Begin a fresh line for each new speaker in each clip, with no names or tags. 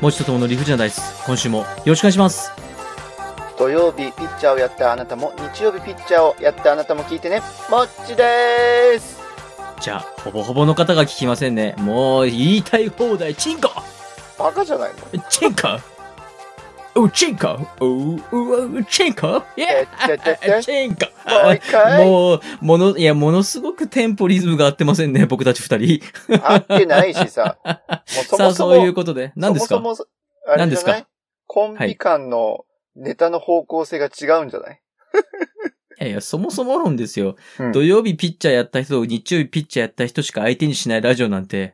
もちとともの理不尽なダイス。今週もよろしくお願いします。
土曜日ピッチャーをやったあなたも日曜日ピッチャーをやったあなたも聞いてねもっちです
じゃあ、ほぼほぼの方が聞きませんね。もう、言いたい放題、チンコ
バカじゃないの
チンコおチンコおうおチンコいや
てててて
チンコ
もう一回
もう、もの、いや、ものすごくテンポリズムが合ってませんね、僕たち二人。
合ってないしさもうそ
さ
も
あ、
そ
そういう
も
ことで。何ですか
そもそもあれじゃない
何ですか
コンビ間のネタの方向性が違うんじゃない、
いやいや、そもそも論ですよ。
うん
土曜日ピッチャーやった人と日曜日ピッチャーやった人しか相手にしないラジオなんて、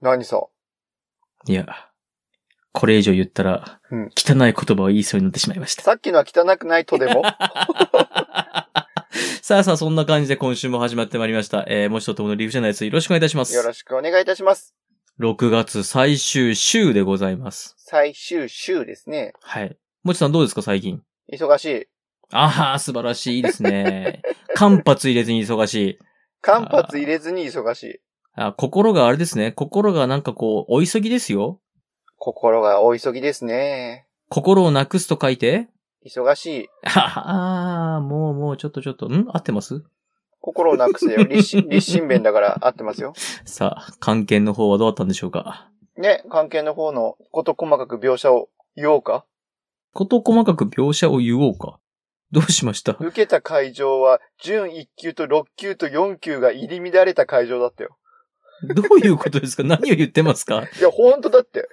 何さ
いや、これ以上言ったら、
うん
汚い言葉を言いそうになってしまいました。
さっきのは汚くないとで も
さあさあ、そんな感じで今週も始まってまいりました。えー、もしとともの理不尽なやつ、よろしくお願いいたします。
よろしくお願いいたします
6月最終週でございます。
最終週ですね
はい。もちさんどうですか、最近。
忙しい
ああ、素晴らしいいいですね。 間髪入れずに忙しい。
間髪入れずに忙しい
あ心があれですね。心がなんかこう、お急ぎですよ。
心がお急ぎですね
心をなくすと書いて。
忙しい
ああ、もうもう、ちょっとちょっと、ん合ってます
心をなくすよ。立身、立身弁だから合ってますよ。
さあ、関係の方はどうだったんでしょうか。
ね、関係の方のこと細かく描写を言おうか。
こと細かく描写を言おうか。どうしました
受けた会場は、準1級と6級と4級が入り乱れた会場だったよ。
どういうことですか何を言ってますかん
いや、ほんとだって。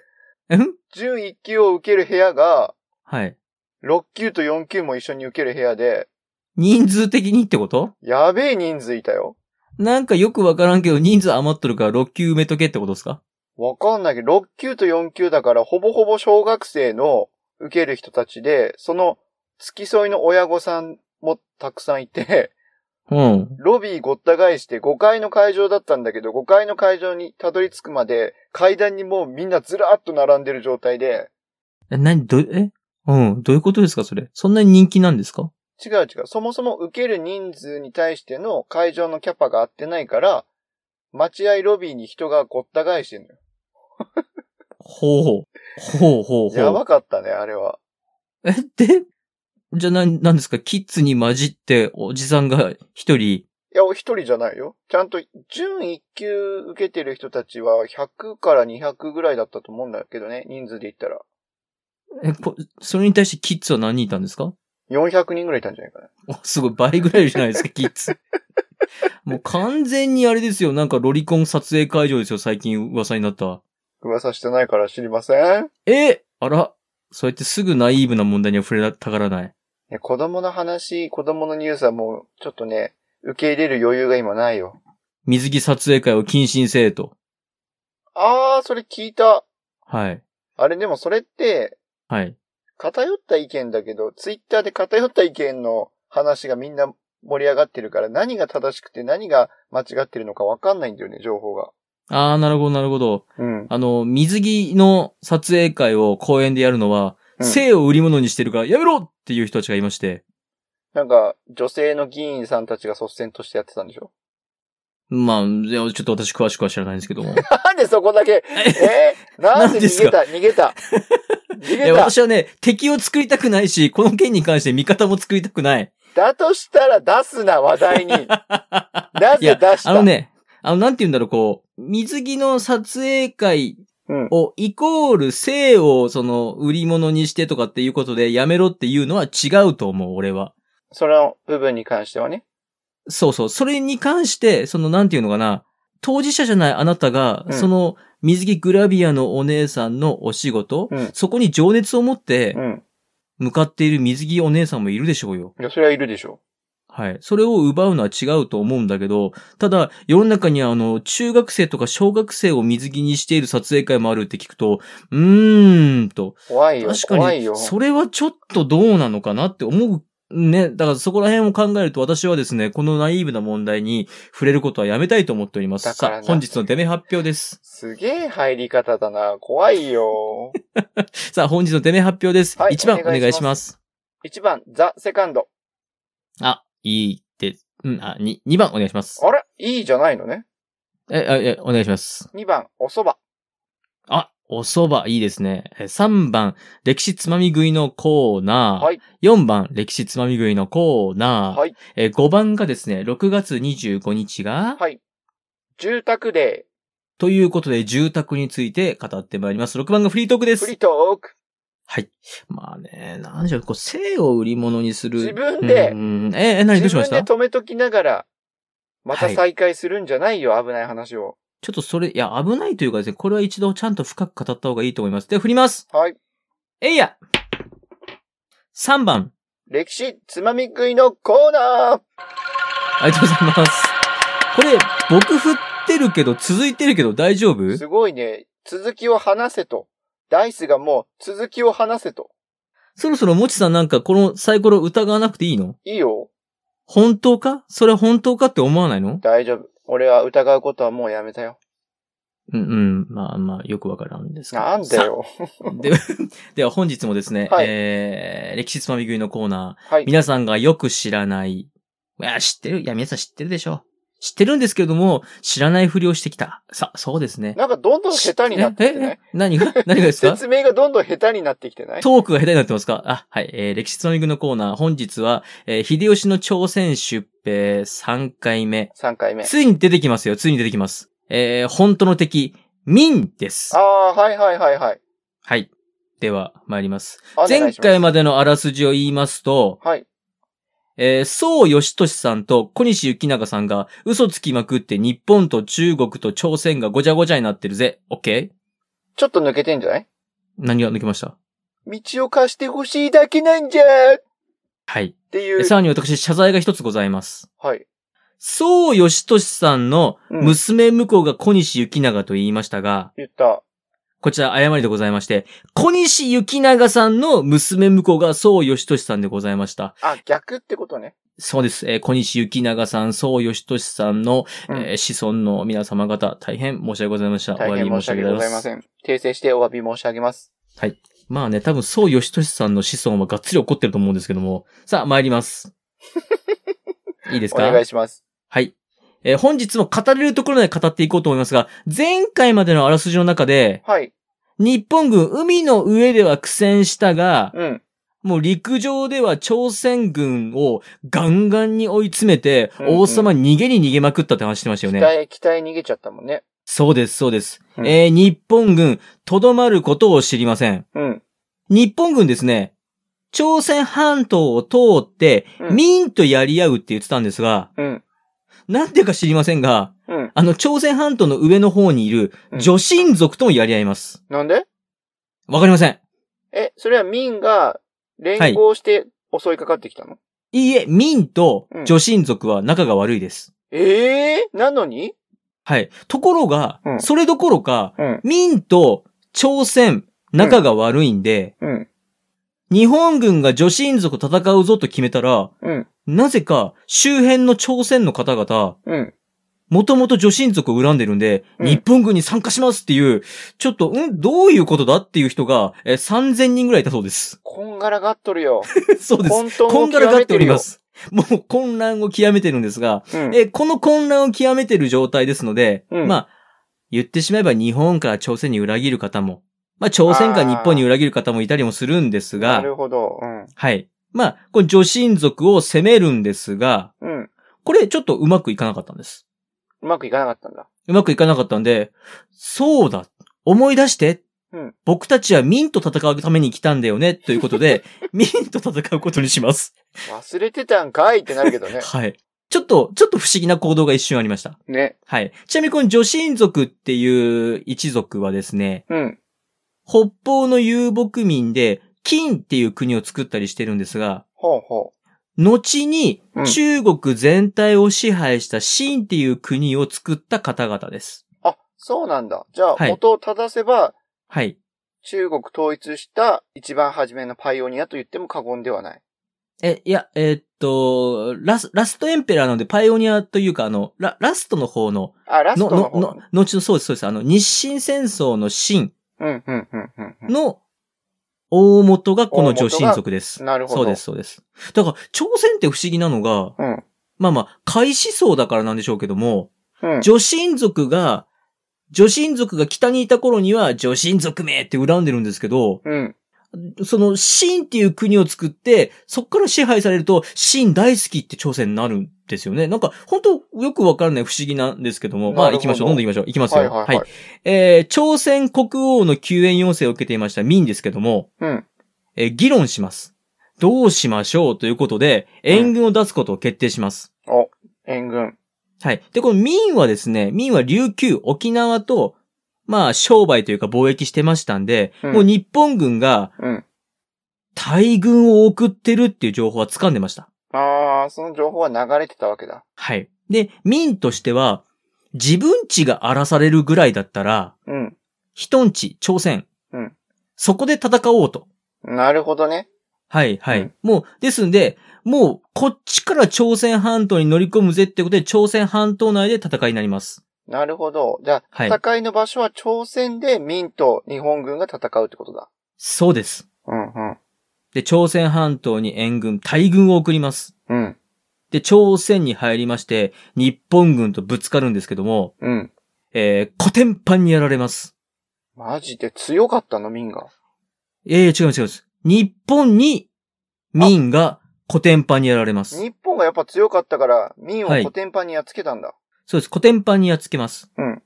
準1級を受ける部屋が、
はい。
6級と4級も一緒に受ける部屋で、
人数的にってこと
やべえ人数いたよ。
なんかよくわからんけど、人数余っとるから6級埋めとけってことですか
わかんないけど、6級と4級だから、ほぼほぼ小学生の受ける人たちで、その付き添いの親御さんもたくさんいて、
うん。
ロビーごった返して5階の会場だったんだけど、5階の会場にたどり着くまで、階段にもうみんなずらーっと並んでる状態で、
え、なに、ど、えうん。どういうことですかそれ。そんなに人気なんですか
違う違う、そもそも受ける人数に対しての会場のキャパが合ってないから、待合ロビーに人がごった返してんのよ。
ほうほう。ほうほうほう。
やばかったね、あれは。
え、で、じゃあな、なんですかキッズに混じっておじさんが一人、
いや、お一人じゃないよ。ちゃんと、準1級受けてる人たちは100から200ぐらいだったと思うんだけどね、人数で言ったら。
え、こそれに対してキッズは何人いたんですか
400人ぐらいいたんじゃないか
お
な。
すごい、倍ぐらいいるじゃないですか、キッズ。もう完全にあれですよ、なんかロリコン撮影会場ですよ、最近噂になった。
噂してないから知りません。
えあら、そうやってすぐナイーブな問題には触れたがらない。
ね子供の話、子供のニュースはもう、ちょっとね、受け入れる余裕が今ないよ。
水着撮影会を謹慎せえと。
あー、それ聞いた。
はい。
あれ、でもそれって、
はい。
偏った意見だけど、ツイッターで偏った意見の話がみんな盛り上がってるから、何が正しくて何が間違ってるのかわかんないんだよね、情報が。
あー、なるほど、なるほど。
うん。
あの、水着の撮影会を公園でやるのは、
うん
性を売り物にしてるからやめろっていう人たちがいまして。
なんか、女性の議員さんたちが率先としてやってたんでしょ
まあ、いやちょっと私詳しくは知らないんですけ ども。
なんでそこだけ、えー、 なんで逃げた、逃げた。逃
いや
げた。
私はね、敵を作りたくないし、この件に関して味方も作りたくない。
だとしたら出すな、話題に。なぜ出した
あのね、あの、なんて言うんだろう、こう、水着の撮影会
うん
をイコール性をその売り物にしてとかっていうことでやめろっていうのは違うと思う、俺は。
その部分に関してはね。
そうそう。それに関して、その、なんていうのかな、当事者じゃないあなたが、
うん
その、水着グラビアのお姉さんのお仕事、
うん
そこに情熱を持って
う、ん。
向かっている水着お姉さんもいるでしょうよ。
いや、それはいるでしょ。
はい。それを奪うのは違うと思うんだけど、ただ、世の中にはあの、中学生とか小学生を水着にしている撮影会もあるって聞くと、うーんと、
怖いよ。
確
怖
か
いよ
に、。それはちょっとどうなのかなって思う。ね。だからそこら辺を考えると私はですね、このナイーブな問題に触れることはやめたいと思っております。
だか
さ
ら
あ、
な
本日のデメ発表です。
すげえ入り方だな。怖いよ。
さあ、本日のデメ発表です。
はい
1番お
お
願
願いします
いします。
1番、ザ・セカンド。
あ、いいです。うん、あ、2、2番お願いします。
あれいいじゃないのね。
え、あ、え、お願いします。
2番、お蕎麦。
あ、お蕎麦、いいですね。え3番、歴史つまみ食いのコーナー。
はい
4番、歴史つまみ食いのコーナー。
はい
え5番がですね、6月25日が、
はい。住宅で、
ということで、住宅について語ってまいります。6番がフリートークで
フ
す。
リートーク。
はい。まあね、なんでしょう、こう、性を売り物にする。
自分で
うんえ、え、何どう
自
しま
分
し
で
たちょ
止めときながら、また
はい
再開するんじゃないよ、危ない話を。
っとそれ、いや、危ないというかですね、これは一度ちゃんと深く語った方がいいと思います。で、振ります。
はい。
えいや !3 番。
歴史つまみ食いのコーナー
ありがとうございます。これ、僕振ってるけど、続いてるけど大丈夫
すごいね。続きを話せと。ダイスがもう、続きを話せと。
そろそろもちさんなんかこのサイコロ疑わなくていいの
いいよ。
本当かそれは本当かって思わないの
大丈夫。俺は疑うことはもうやめたよ。
うんうん。まあまあ、よくわからんですけど
なんだ。よ。
さででは本日もですね、
はい
えー、歴史つまみ食いのコーナー、
はい。
皆さんがよく知らない、いや、知ってるいや、皆さん知ってるでしょ知ってるんですけれども、知らないふりをしてきた。さ、そうですね。
なんかどんどん下手になってきてな
え
い
え何 が何がですか
説明がどんどん下手になってきてない
トークが下手になってますかあ、はい。えー、歴史つまみ食いのコーナー、本日は、えー、秀吉の朝鮮出兵3回目。
?3 回目。
ついに出てきますよ。ついに出てきます。えー、本当の敵、民です
あ。あ、はいはいはいはい。
はい。では、参ります。
お願
前
いします
回までのあらすじを言いますと、
はい。
えー、宋義俊さんと小西行長さんが嘘つきまくって日本と中国と朝鮮がごちゃごちゃになってるぜ。オッケー
ちょっと抜けてんじゃない
何が抜けました
道を貸してほしいだけなんじゃーっ
はい。
てい
え
う。
さらに私、謝罪が一つございます。
はい。
そう義俊さんの
うん、
娘婿が小西行長と言いましたが、
言った。
こちら誤りでございまして、小西行長さんの娘婿がそう義俊さんでございました。
あ、逆ってことね。
そうです。えー小西行長さん、そう義俊さんの、
うん
えー子孫の皆様方、大変申し訳ございました。お
大
詫
変
び
申
申
し
し上
訳
げ
ご
ご
ざ
ざ
い
い
ま
ま
せ
す。
ん。訂正してお詫び申し上げます。
まあね、多分そう義俊さんの子孫はがっつり怒ってると思うんですけども。さあ、参り ます。いいです
お
か
願いします。
はい。えー本日も語れるところまで語っていこうと思いますが、前回までのあらすじの中で、
はい。
日本軍海の上では苦戦したが、
うん。
もう陸上では朝鮮軍をガンガンに追い詰めて、
うんうん
王様逃げに逃げまくったって話してましたよね。
北へ、北へ逃げちゃったもんね。
そうです、そうです。
うん
えー日本軍、とどまることを知りません。
うん。
日本軍ですね、朝鮮半島を通って、
うん
民とやり合うって言ってたんですが、
うん。
なんでか知りませんが、
うん。
あの、朝鮮半島の上の方にいる、
うん
女神族ともやり合います。
なんで
わかりません。
え、それは民が連合して襲いかかってきたの、
いいえ、民と
うん
女神族は仲が悪いです。
ええなのに
はい。ところが、
うん
それどころか、
うん。
民と朝鮮、仲が悪いんで、
うん。
日本軍が女神族と戦うぞと決めたら、
うん。
なぜか周辺の朝鮮の方々、
うん。
もともと女神族を恨んでるんで、
うん
日本軍に参加しますっていう、ちょっと、んどういうことだっていう人が、えー、3000人ぐらいいたそうです。
こんがらがっとるよ。
そうです。
混沌
こ
を
んがら
極
がっ
め
てお
てる
り
よ
ま。す。もう混乱を極めてるんですが、
うん。
えーこの混乱を極めてる状態ですので、
うん
まあ、言ってしまえば日本から朝鮮に裏切る方も、まあ朝鮮から日本に裏切る方もいたりもするんです
な
が、
るほど。うん。
はい。まあ、この女神族を攻めるんですが、
うん。
これちょっとうまくいかなかったんです。
うまくいかなかったんだ。
うまくいかなかったんで、そうだ、思い出して、
うん
僕たちは民と戦うために来たんだよね、ということ で、民と戦うことにします。。
忘れてたんかいってなるけどね
はい。ちょっと、ちょっと不思議な行動が一瞬ありました。
ね。
はい。ちなみにこの女神族っていう一族はですね、
うん。
北方の遊牧民で、金っていう国を作ったりしてるんですが、
ほうほ
後に
うん
中国全体を支配した秦っていう国を作った方々です。
う。あ、そうなんだ。じゃあ、
はい
元を正せば、
はい。
中国統一した一番初めのパイオニアと言っても過言ではない。
え、いや、えーっと、ラス、ラストエンペラーなのでパイオニアというか、あの、ラ、ラストの方の、
あ、ラストの方
の、の、後の、そうです、そうです、あの、日清戦争の秦
うん、うん、うん、うんうん。
の大元がこの女神族です。
なるほど
そうです、そうです。だから、朝鮮って不思議なのが、
うん。
まあまあ、開始層だからなんでしょうけども、
うん。
女神族が女神族が北にいた頃には女神族名って恨んでるんですけど、
うん。
その、秦っていう国を作って、そっから支配されると、秦大好きって朝鮮になるんですよね。なんか、本当よくわからない不思議なんですけども。ま
な
あ、
るほど
行きましょう。どんどん行きましょう。行きますよ。
はいはいはい。
えー、朝鮮国王の救援要請を受けていました民ですけども、
うん。
えー議論します。どうしましょうということで、援軍を出すことを決定します。
援軍。
はい。で、この民はですね、民は琉球、沖縄と、まあ、商売というか貿易してましたんで、
うん
もう日本軍が
うん。
大軍を送ってるっていう情報は掴んでました。
あー、その情報は流れてたわけだ。
はい。で、民としては、自分地が荒らされるぐらいだったら、
うん。
人ん地、朝鮮。
うん
そこで戦おうと。
なるほどね。
はい、はい。
うん
もう、ですんで、もう、こっちから朝鮮半島に乗り込むぜってことで、朝鮮半島内で戦いになります。
なるほど。じゃあ、
はい
戦いの場所は朝鮮で民と日本軍が戦うってことだ。
そうです。
うん、うん。
で、朝鮮半島に援軍、大軍を送ります。
うん。
で、朝鮮に入りまして、日本軍とぶつかるんですけども、
うん。
えー、コテンパンにやられます。
マジで強かったの、民が。
ええ違います、違います。日本に、民がコテンパンにやられます。
日本がやっぱ強かったから、民を
はい
コテンパンにやっつけたんだ。
そうです。コテンパンにやっつけます。
うん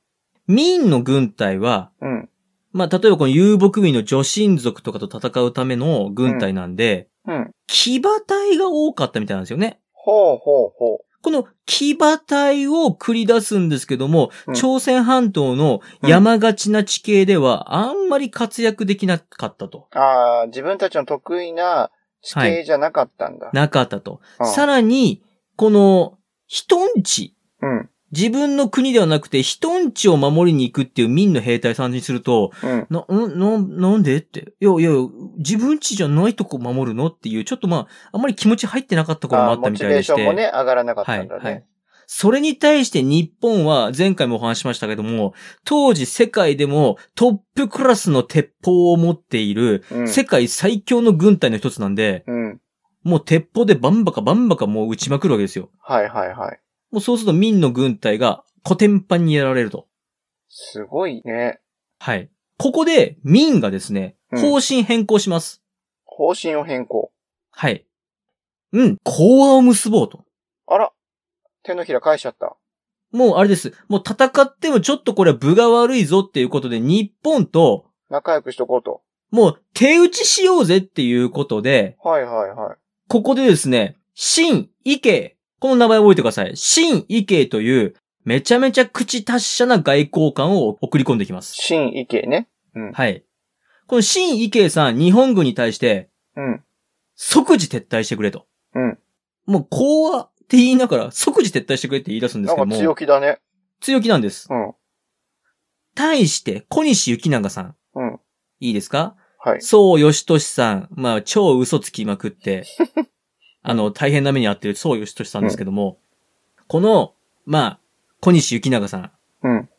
民の軍隊は、
うん。
まあ、例えばこの遊牧民の女神族とかと戦うための軍隊なんで、
うん。
騎馬隊が多かったみたいなんですよね。
ほうほうほ
この騎馬隊を繰り出すんですけども、
うん
朝鮮半島の山がちな地形ではあんまり活躍できなかったと。
う。あー、自分たちの得意な地形じゃなかったんだ。
なかったと。
うん
さらに、この人んち、
うん。
自分の国ではなくて人んちを守りに行くっていう民の兵隊さんにすると、
うん。
な、ん、な、なんでって。いやいや、自分家じゃないとこ守るのっていう、ちょっとまあ、あんまり気持ち入ってなかった頃もあ
あ
った
モ
み
チ
たい
ベー
でし
シ
て。
ョンもね、上がらなか
は
ったん
い、
だね。
はい。それに対して日本は、前回もお話ししましたけども、当時世界でもトップクラスの鉄砲を持っている、
うん。
世界最強の軍隊の一つなんで、
うん。
もう鉄砲でバンバカバンバカもう撃ちまくるわけですよ。
はいはいはい。
もうそうすると民の軍隊が古典版にやられると。
すごいね。
はい。ここで民がですね、
うん
方針変更します。
方針を変更。
はい。うん、講和を結ぼうと。
あら。手のひら返しちゃった。
もうあれです。もう戦ってもちょっとこれは部が悪いぞっていうことで、日本と、
仲良くしとこうと。
もう手打ちしようぜっていうことで、
はいはいはい。
ここでですね、新異形。この名前覚えてください。新異形という、めちゃめちゃ口達者な外交官を送り込んできます。
新意見ね。
はい。この新異形さん、日本軍に対して、
うん。
即時撤退してくれと。
うん。
もう、講和って言いながら、即時撤退してくれって言い出すんで
な
すけど
ん
も。
か強気だね。
強気なんです。
うん。
対して、小西幸長さん。
うん。
いいですか
はい。
宋義俊さん。まあ、超嘘つきまく って、あの、大変な目に遭ってる宋義俊さんですけども、この、まあ、小西幸長さん。
うん。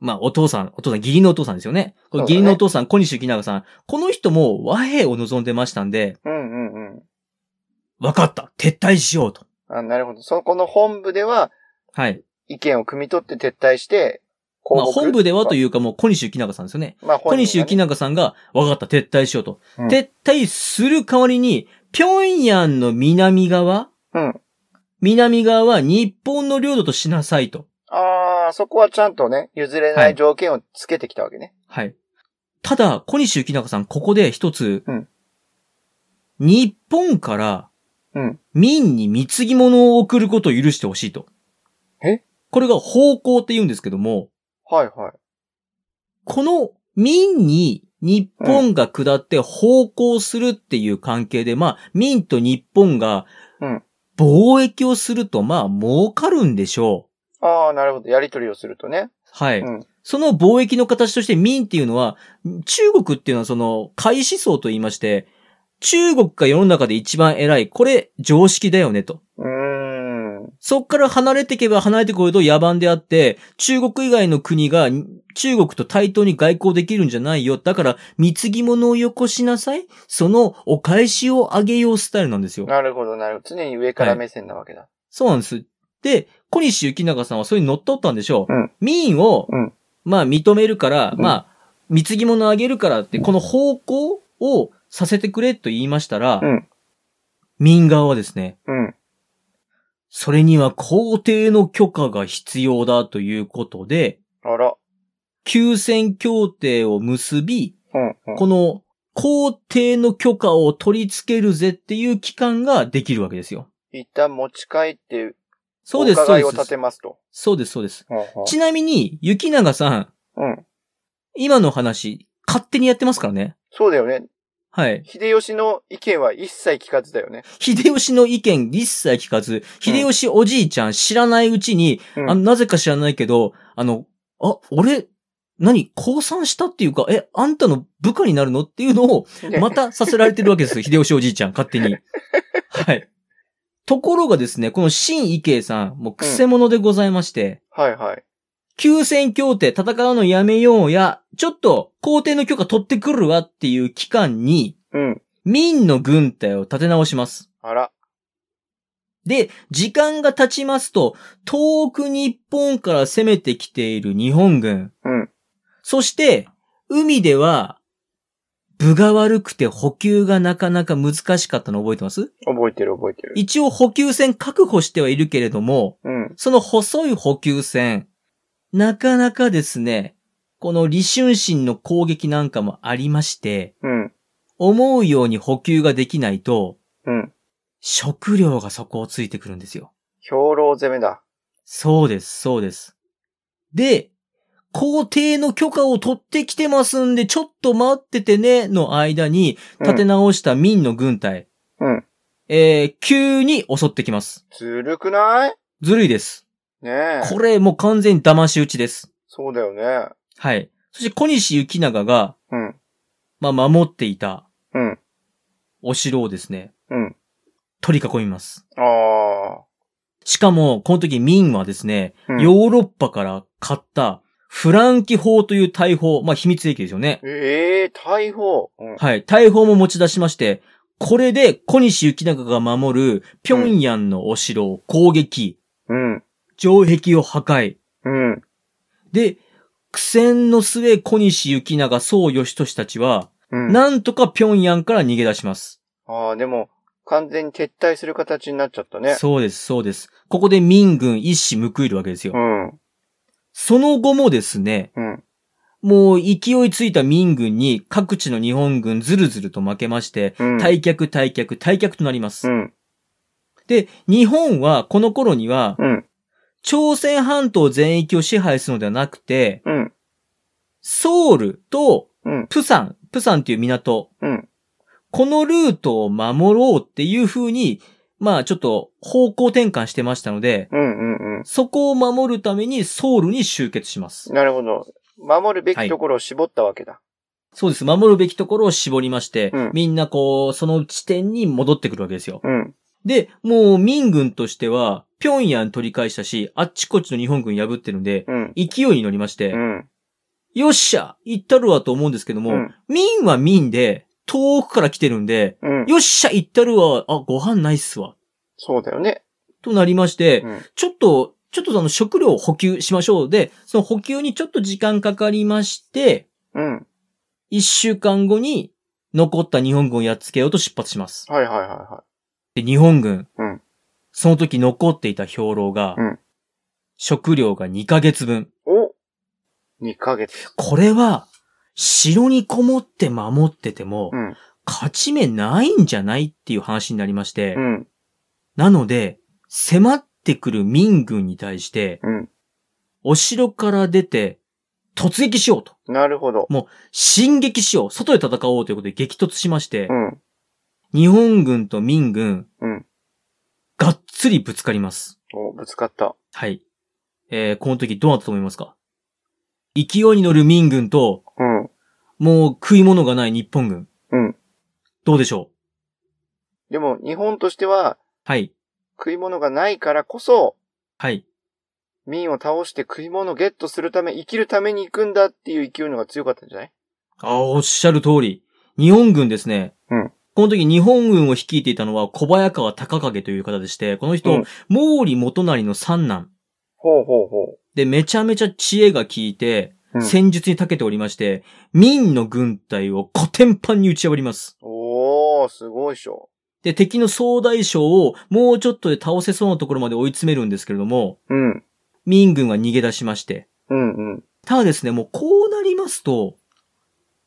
まあ、お父さん、お父さん、義理のお父さんですよね。これ義理のお父さん、小西幸長さん。この人も和平を望んでましたんで、
うんうんうん。
分かった撤退しようと。
あ、なるほど。そこの本部では
はい。
意見を汲み取って撤退して、
まあ、本部ではと
いう。
いうかもう小西幸長さんですよね。
まあ本
小西
人がね
幸長さんが、分かった、撤退しようと。
うん
撤退する代わりに、平壌の南側、
うん。
南側は日本の領土としなさいと。
あー、そこはちゃんとね、譲れな
はい
い条件をつけてきたわけね。
はい。ただ、小西幸長さん、ここで一つ、
うん
日本から
うん。
民に貢ぎ物を送ることを許してほしいと。
え
これが方向って言うんですけども、
はいはい。
この民に日本が下って奉公するっていう関係で、まあ、民と日本が
うん、
貿易をすると、まあ、儲かるんでしょう。
あー、なるほど。やりとりをするとね。
はい。
うん。
その貿易の形として民っていうのは、中国っていうのはその、開思想と言いまして、中国が世の中で一番偉い、これ常識だよねと。
うーん。
そっから離れていけば離れてくると野蛮であって、中国以外の国が中国と対等に外交できるんじゃないよ。だから、貢ぎ物をよこしなさい。そのお返しをあげようスタイルなんですよ。
なるほど、なるほど。常に上から目線なわけだ。
そうなんです。で、小西幸長さんはそれに乗っ取ったんでしょう。
うん
民を
うん
まあ認めるから、
うん
まあ、貢ぎ物あげるからって、この方向をさせてくれと言いましたら、
うん
民側はですね、
うん。
それには皇帝の許可が必要だということで、
あら。
休戦協定を結び、
うん、うん。
この皇帝の許可を取り付けるぜっていう期間ができるわけですよ。
一旦持ち帰って、
そう
お
です、そう
伺い
で
を立て
す。
ますと。
そうです、そうです。
うんうん
ちなみに、雪永さん、
うん。
今の話、勝手にやってますからね。
そうだよね。
はい。
秀吉の意見は一切聞かずだよね。
秀吉の意見一切聞かず、秀吉おじいちゃん知らないうちに、
う
あの
ん。
なぜか知らないけど、あの、あ、俺、何降参したっていうか、え、あんたの部下になるのっていうのを、
ね
またさせられてるわけですよ。秀吉おじいちゃん、勝手に。はい。ところがですね、この新池さん、もう癖者でございまして、
はいはい。
休戦協定戦うのやめようや、ちょっと皇帝の許可取ってくるわっていう期間に、
うん。
民の軍隊を立て直します。
あら。
で、時間が経ちますと、遠く日本から攻めてきている日本軍。
うん
そして、海では、部が悪くて補給がなかなか難しかったの覚えてます
覚えてる覚えてる。
一応補給船確保してはいるけれども、
うん。
その細い補給船、なかなかですね、この李春心の攻撃なんかもありまして、
うん。
思うように補給ができないと、
うん。
食料が底をついてくるんですよ。
兵糧攻めだ。
そうです、そうです。で、皇帝の許可を取ってきてますんで、ちょっと待っててね、の間に、
うん
立て直した民の軍隊。
うん
えー、急に襲ってきます。
ずるくない
ずるいです。
ねえ。
これもう完全に騙し討ちです。
そうだよね。
はい。そして小西行長が、
うん。
まあ、守っていた
うん。
お城をですね、
うん。
取り囲みます。
あ
しかも、この時民はですね、
あ。うん
ヨーロッパから買った、フランキ法という大砲、まあ、秘密兵器ですよね。
ええ大砲。うん。
はい。大砲も持ち出しまして、これで小西行長が守る平壌のお城を攻撃、
うん。
城壁を破壊。
うん。
で、苦戦の末小西行長、宋義俊たちは、
うん。
なんとか平壌から逃げ出します。
ああ、でも、完全に撤退する形になっちゃったね。
そうです、そうです。ここで民軍一矢報いるわけですよ。
うん。
その後もですね、
うん。
もう勢いついた民軍に各地の日本軍ずるずると負けまして、
うん。
退却、退却、退却となります
う。ん。
で、日本はこの頃には、
うん。
朝鮮半島全域を支配するのではなくて、
うん。
ソウルと
うん。
プサン、プサンという港、
うん。
このルートを守ろうっていう風に、まあちょっと方向転換してましたので、
うん。うん。う
そこを守るためにソウルに集結します
ん。。なるほど。守るべきところを絞ったわけだ。
そうです。守るべきところを絞りまして、
うん
みんなこう、その地点に戻ってくるわけですよ。
うん。
で、もう民軍としては、平壌取り返したし、あっちこっちの日本軍破ってるんで、
うん。
勢いに乗りまして、
うん。
よっしゃ行ったるわと思うんですけども、
うん
民は民で、遠くから来てるんで、
うん。
よっしゃ行ったるわ、あ、ご飯ないっすわ。
そうだよね。
となりまして、
うん。
ちょっと、ちょっとその食料を補給しましょうで、その補給にちょっと時間かかりまして、
うん。
一週間後に残った日本軍をやっつけようと出発します。
はいはいはいは
で、日本軍、
うん
その時残っていた兵糧が、
うん
食料が2ヶ月分。
い。お !2 ヶ月。
これは、城にこもって守ってても、
うん。
勝ち目ないんじゃないっていう話になりまして、
うん。
なので、迫ってくる民軍に対して、
うん。
お城から出て、突撃しようと。
なるほど。
進撃しよう。外で戦おうということで激突しまして
う、ん。
日本軍と民軍、
うん
がっつりぶつかります。
お、ぶつかった。
はい。えー、この時どうなったと思いますか勢いに乗る民軍と、
うん。
もう食い物がない日本軍。
うん。
どうでしょう
でも、日本としては、
はい。
食い物がないからこそ、
はい。
民を倒して食い物をゲットするため、生きるために行くんだっていう勢いのが強かったんじゃない
あーおっしゃる通り。日本軍ですね。
うん
この時日本軍を率いていたのは小早川隆景という方でして、この人、
うん
毛利元就の三男。
ほうほうほ
で、めちゃめちゃ知恵が効いて、
う。うん
戦術に長けておりまして、明の軍隊をコテンパンに打ち破ります。
おー、すごいっしょ。
で、敵の総大将をもうちょっとで倒せそうなところまで追い詰めるんですけれども、
うん。
明軍は逃げ出しまして。
うんうん。
ただですね、もうこうなりますと、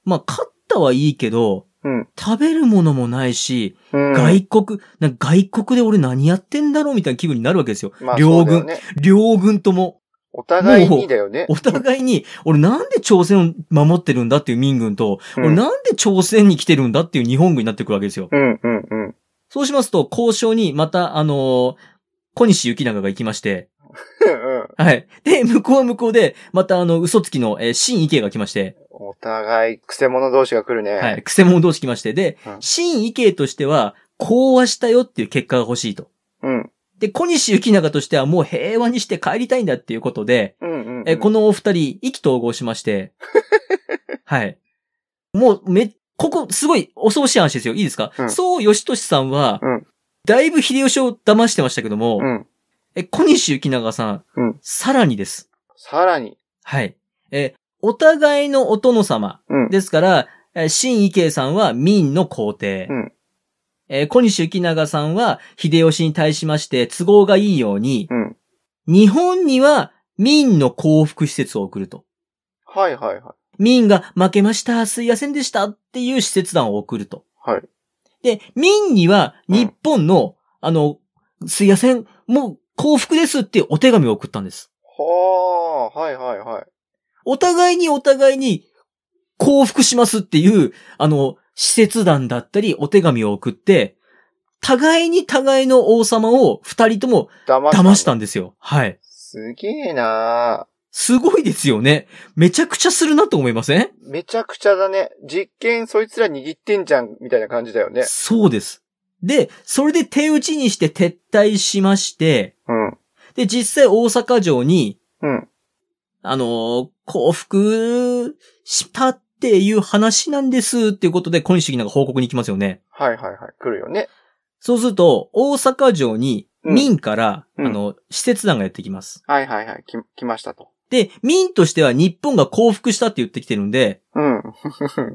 まあ、勝ったはいいけど、
うん
食べるものもないし、
うん。
外国、なんか外国で俺何やってんだろうみたいな気分になるわけですよ。
まあ
両
そう
軍、
だよね
両軍とも。
お互いにだよね。
お互いに、俺なんで朝鮮を守ってるんだっていう民軍と、
うん
俺なんで朝鮮に来てるんだっていう日本軍になってくるわけですよ。
うんうんうん。
そうしますと、交渉にまた、あのー小西行長が行きまして、
うん
はい。で、向こうは向こうで、またあの、嘘つきの、えー、新池が来まして、
お互い、癖者同士が来るね。
はい。クセモン同士来まして、で
うん、
新池としては、講和したよっていう結果が欲しいと。
うん。
で、小西行長としてはもう平和にして帰りたいんだっていうことで、
うんうん、うん。
えー、このお二人、意気投合しま して、はい。もう、め、ここ、すごい、恐ろしい話ですよ。いいですか、
うん
そう、吉俊さんは、
うん
だいぶ秀吉を騙してましたけども、
うん。
え、小西行長さん、
うん
さらにです。
さらに。
はい。えー、お互いのお殿様、
うん。
ですから、えー新池さんは民の皇帝。
うん
えー小西行長さんは秀吉に対しまして都合がいいように、
うん
日本には民の幸福施設を送ると。
はいはいは
民が負けました、すいませんでしたっていう施設団を送ると。
い。はい。
で、民には日本の、あの、すいません、もう幸福ですっていうお手紙を送ったんです。
はあ、はいはいはい。
お互いにお互いに幸福しますっていう、あの、施設団だったりお手紙を送って、互いに互いの王様を二人とも
騙した。
騙した。んですよ。はい。
すげえな
すごいですよね。めちゃくちゃするなと思いません
めちゃくちゃだね。実験そいつら握ってんじゃん、みたいな感じだよね。
そうです。で、それで手打ちにして撤退しまして、
うん。
で、実際大阪城に、
うん。
あのー降伏したっていう話なんですっていうことで、小西議員が報告に行きますよね。
はいはいはい。来るよね。
そうすると、大阪城に、
うん
民から、
うん
あの、施設団がやってきます。
はいはいはい。き、来ましたと。
で、民としては日本が降伏したって言ってきてるんで、
うん。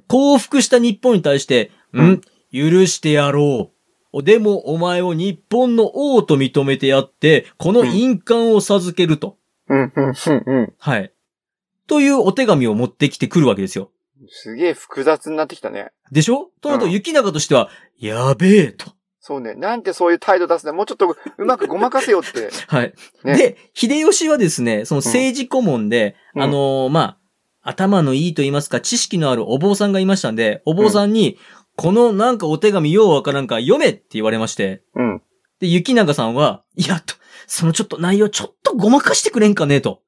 降伏した日本に対して、
うん
ん許してやろう。でもお前を日本の王と認めてやって、この印鑑を授けると。
うん、うん、うん、うん。
はい。というお手紙を持ってきてくるわけですよ。
すげえ複雑になってきたね。
でしょとなると、
うん
雪長としては、やべえと。
そうね。なんてそういう態度出すね。もうちょっとうまくごまかせよって。
はい。
ね
で、秀吉はですね、その政治顧問で、
うん
あのーまあ、頭のいいと言いますか、知識のあるお坊さんがいましたんで、お坊さんに、このなんかお手紙ようわからんから読めって言われまして、
うん。
で、雪永さんは、いや、と、そのちょっと内容ちょっとごまかしてくれんかね、 と。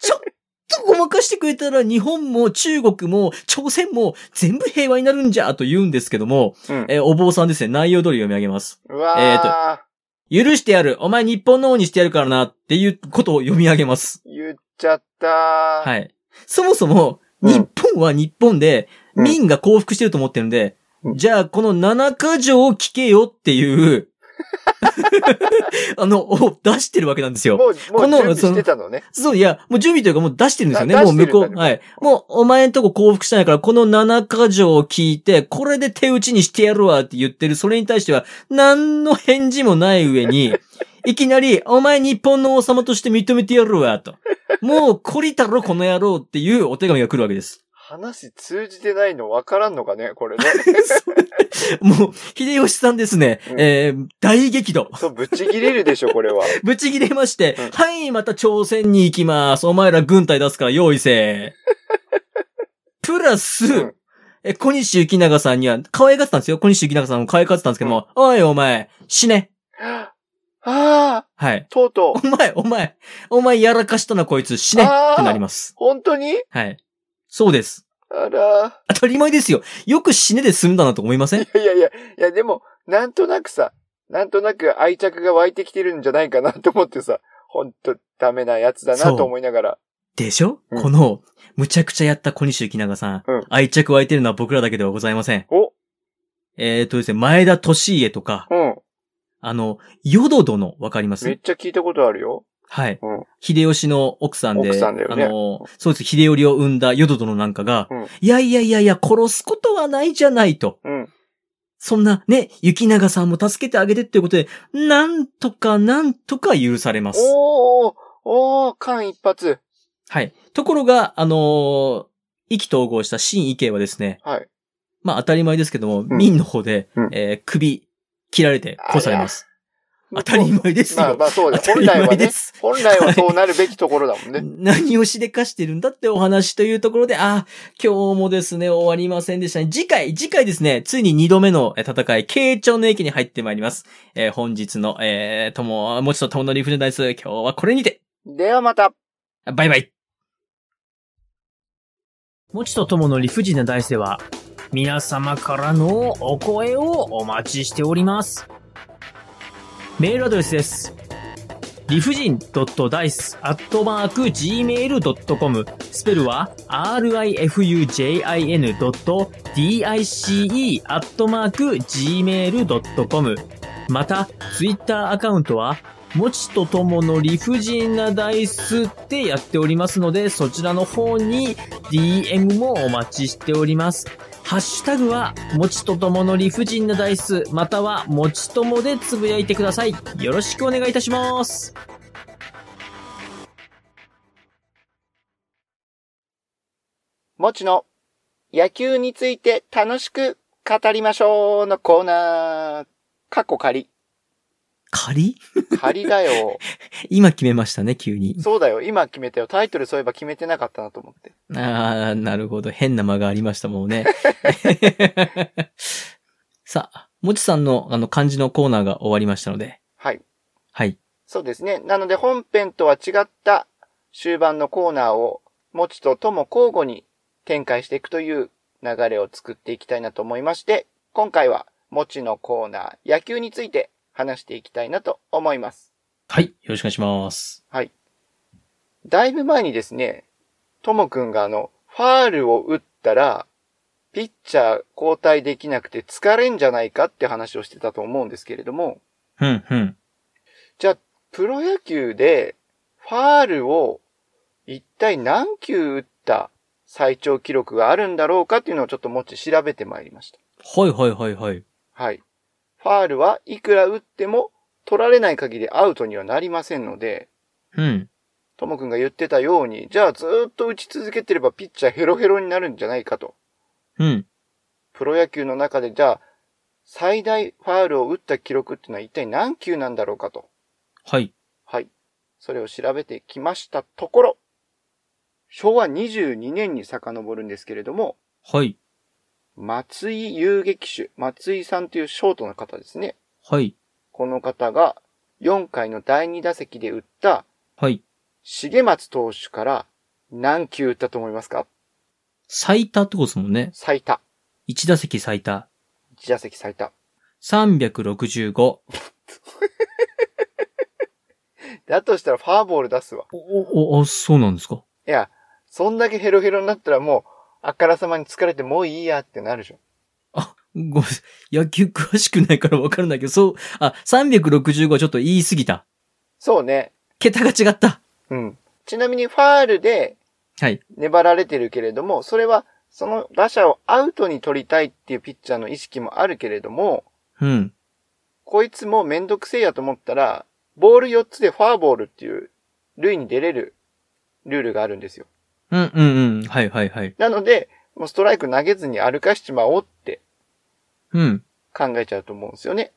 ちょっとごまかしてくれたら日本も中国も朝鮮も全部平和になるんじゃ、と言うんですけども、
うん。
えーお坊さんですね、内容通り読み上げます。
うわ
え
ー
許してやる、お前日本の王にしてやるからな、っていうことを読み上げます。
言っちゃったー。い。
はい。そもそも、
うん
日本は日本で、
うん
民が降伏してると思ってるんで、
うん
じゃあ、この七か条を聞けよって いう、あの、を出してるわけなんですよ。
もう、も
こ
う
の
準備してたのね。
そう、いや、もう準備というかもう出してるんですよね。
あ
もう
出して
向こ
るん
う。
だ
はい。もうお前んとこ降伏してないから、この七か条を聞いて、これで手打ちにしてやるわって言ってる。それに対しては、何の返事もない上 に、いきなり、お前日本の王様として認めてやるわ、と。もう、懲りたろ、この野郎っていうお手紙が来るわけ です。
話通じてないの分からんのかね、これ ね。
もう、秀吉さんですね、
うん
えー、大激怒。
そう、ぶち切れるでしょ、これ は。
ぶち切れまして、
うん
はい、また朝鮮に行きます。お前ら軍隊出すから用意 せ。プラス、
うん
え、小西行長さんには、可愛がってたんですよ。小西行長さんも可愛がってたんですけども、おいお前、死ね。
ああ、
はい。
とうとう。
お前、お前、お前やらかしたなこいつ、死ね
あー
ってなります。
本当に
はい。そうです。
あら
当たり前ですよ。よく死ねで済んだなと思いません
ー。い やいやいや、いやでも、なんとなくさ、なんとなく愛着が湧いてきてるんじゃないかなと思ってさ、ほんとダメなやつだな
そう
と思いながら。
でしょ、
うん
この、むちゃくちゃやった小西行長さん。
うん
愛着湧いてるのは僕らだけではございません。
お、
えーとですね、前田利家とか、
うん。
あの、ヨド殿、わかりま
めっ
す
ちゃ聞いたことあるよ。
はい。
うん
秀吉の奥さんで、
奥さんだよね
あの、そうです、秀頼を生んだ淀殿なんかが、
うん
いやいやいやいや、殺すことはないじゃないと。
うん。
そんな、ね、雪長さんも助けてあげてっていうことで、なんとかなんとか許されます。
おーおー間一髪。
はい。ところが、あのー意気統合した新意見はですね、
はい。
まあ当たり前ですけども、
ん
民の方で、
うん
えー首切られて殺されます。当たり前ですよ。
まあまあそうだ。
当た
本
り
来は
前
ね
で、す。
本来はそうなるべきところだもんね。
何をしでかしてるんだってお話というところで、あ、今日もですね、終わりませんでしたね。次回、次回ですね、ついに2度目のえ戦い、慶長の駅に入ってまいります。えー本日の、えー、とも、もちととものリフレダイス、今日はこれにて、
ではまた。
バイバイ。もちとともの理不尽なダイスでは、皆様からのお声をお待ちしております。メールアドレスです。理不尽 .dice.gmail.com スペルは rifujin.dice.gmail.com また、ツイッターアカウントはもちとともの理不尽なダイスってやっておりますので、そちらの方に DM もお待ちしております。ハッシュタグは、もちとともの理不尽なダイス、または、もちともでつぶやいてください。よろしくお願いいたします。
もちの野球について楽しく語りましょうのコーナー。かっこ仮。
仮
仮だよ。
今決めましたね、急に。
そうだよ。今決めたよ。タイトルそういえば決めてなかったなと思って。
ああ、なるほど。変な間がありましたもん ね。さあ、もちさんのあの漢字のコーナーが終わりましたので。
はい。
はい。
そうですね。なので本編とは違った終盤のコーナーを、もちととも交互に展開していくという流れを作っていきたいなと思いまして、今回はもちのコーナー、野球について話していきたいなと思います。
はい。よろしくお願いします。
はい。だいぶ前にですね、ともくんがあの、ファールを打ったら、ピッチャー交代できなくて疲れんじゃないかって話をしてたと思うんですけれども、
うん、うん。
じゃあ、プロ野球で、ファールを一体何球打った最長記録があるんだろうかっていうのをちょっともっち調べてまいりました。
はい、はい、はい、はい。
はい。ファールはいくら打っても取られない限りアウトにはなりませんので、
うん。
ともくんが言ってたように、じゃあずーっと打ち続けてればピッチャーヘロヘロになるんじゃないかと。
うん。
プロ野球の中でじゃあ、最大ファールを打った記録っていうのは一体何球なんだろうかと。
はい。
はい。それを調べてきましたところ、昭和22年に遡るんですけれども、
はい。
松井遊撃手、松井さんというショートの方ですね。
はい。
この方が4回の第2打席で打った
はい。
重松投手から何球打ったと思いますか
最多ってことですもんね。
最多。
1打席最多。
1打席最多。
365。
だとしたらファーボール出すわ。
お、お、あ、そうなんですか。
いや、そんだけヘロヘロになったらもう、あからさまに疲れてもういいやってなるじゃん。
ごめんなさい。野球詳しくないからわかるんだけど、そう、あ、365はちょっと言い過ぎた。
そうね。
桁が違った。
うん。ちなみにファールで
はい。
粘られてるけれども、それは、その打者をアウトに取りたいっていうピッチャーの意識もあるけれども、
うん。
こいつもうめんどくせえやと思ったら、ボール4つでファーボールっていう、塁に出れるルールがあるんですよ。
うん、うん、うん。はい、はい、はい。
なので、もうストライク投げずに歩かしちまおうって
うん。
考えちゃうと思うんですよね。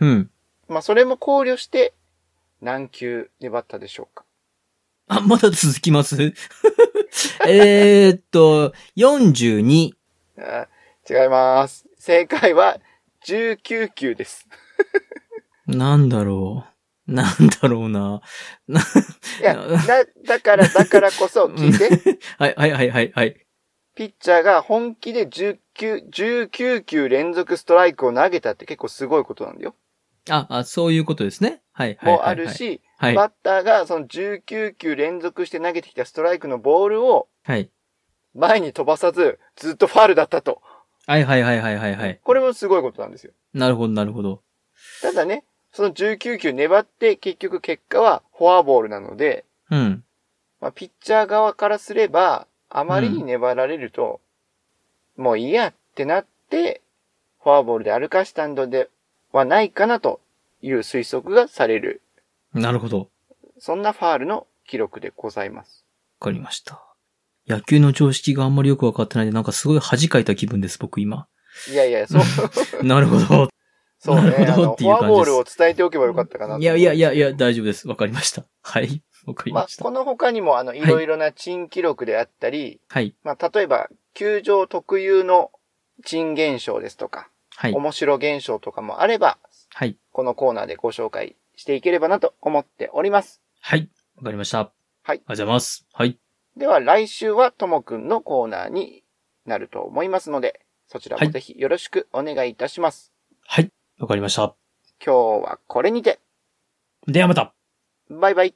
うん。
まあ、それも考慮して、何球粘ったでしょうか。
あ、まだ続きます えーっと、42。
あー違います。正解は、19球です。
なんだろう。なんだろうな。な、
いや、だ、だから、だからこそ、聞いて、
はい、はい、はい、はい、はい。
ピッチャーが本気で19、19球連続ストライクを投げたって結構すごいことなんだよ。
あ、あ、そういうことですね。はい、はい。
もあるし、
はい、は
バッターがその19球連続して投げてきたストライクのボールを
い。はい、
前に飛ばさず、ずっとファールだったと。
はい、はい、はい、はい、はい。
これもすごいことなんですよ。
なるほど、なるほど。
ただね、その19球粘って結局結果はフォアボールなので、
うん。
まあ、ピッチャー側からすれば、あまりに粘られると、もういいやってなって、フォアボールで歩かしたのではないかなという推測がされる。
なるほど。わ
そんなファールの記録でございます。
かりました。野球の常識があんまりよくわかってないんで、なんかすごい恥かいた気分です、僕今。
いやい や、そう、
なるほど。
そうね。
な
あ
るほど
の、
っ
フ
ていう
ォ
感じです
アボールを伝えておけばよかったかなと
いやいやいやいや、大丈夫です。わかりました。はい。わかり
まあ
まし、た。
この他にも、あの、いろいろな珍記録であったり、
はい。
まあ、例えば、球場特有の珍現象ですとか、
はい。
面白現象とかもあれば、
はい。
このコーナーでご紹介していければなと思っております。
はい。わかりました。
はい
ありがとうございます。はい。
では、来週はともくんのコーナーになると思いますので、そちら
は
も
い
ぜひよろしくお願いいたします。
はい。わかりました。
今日はこれにて、
ではまた。
バイバイ。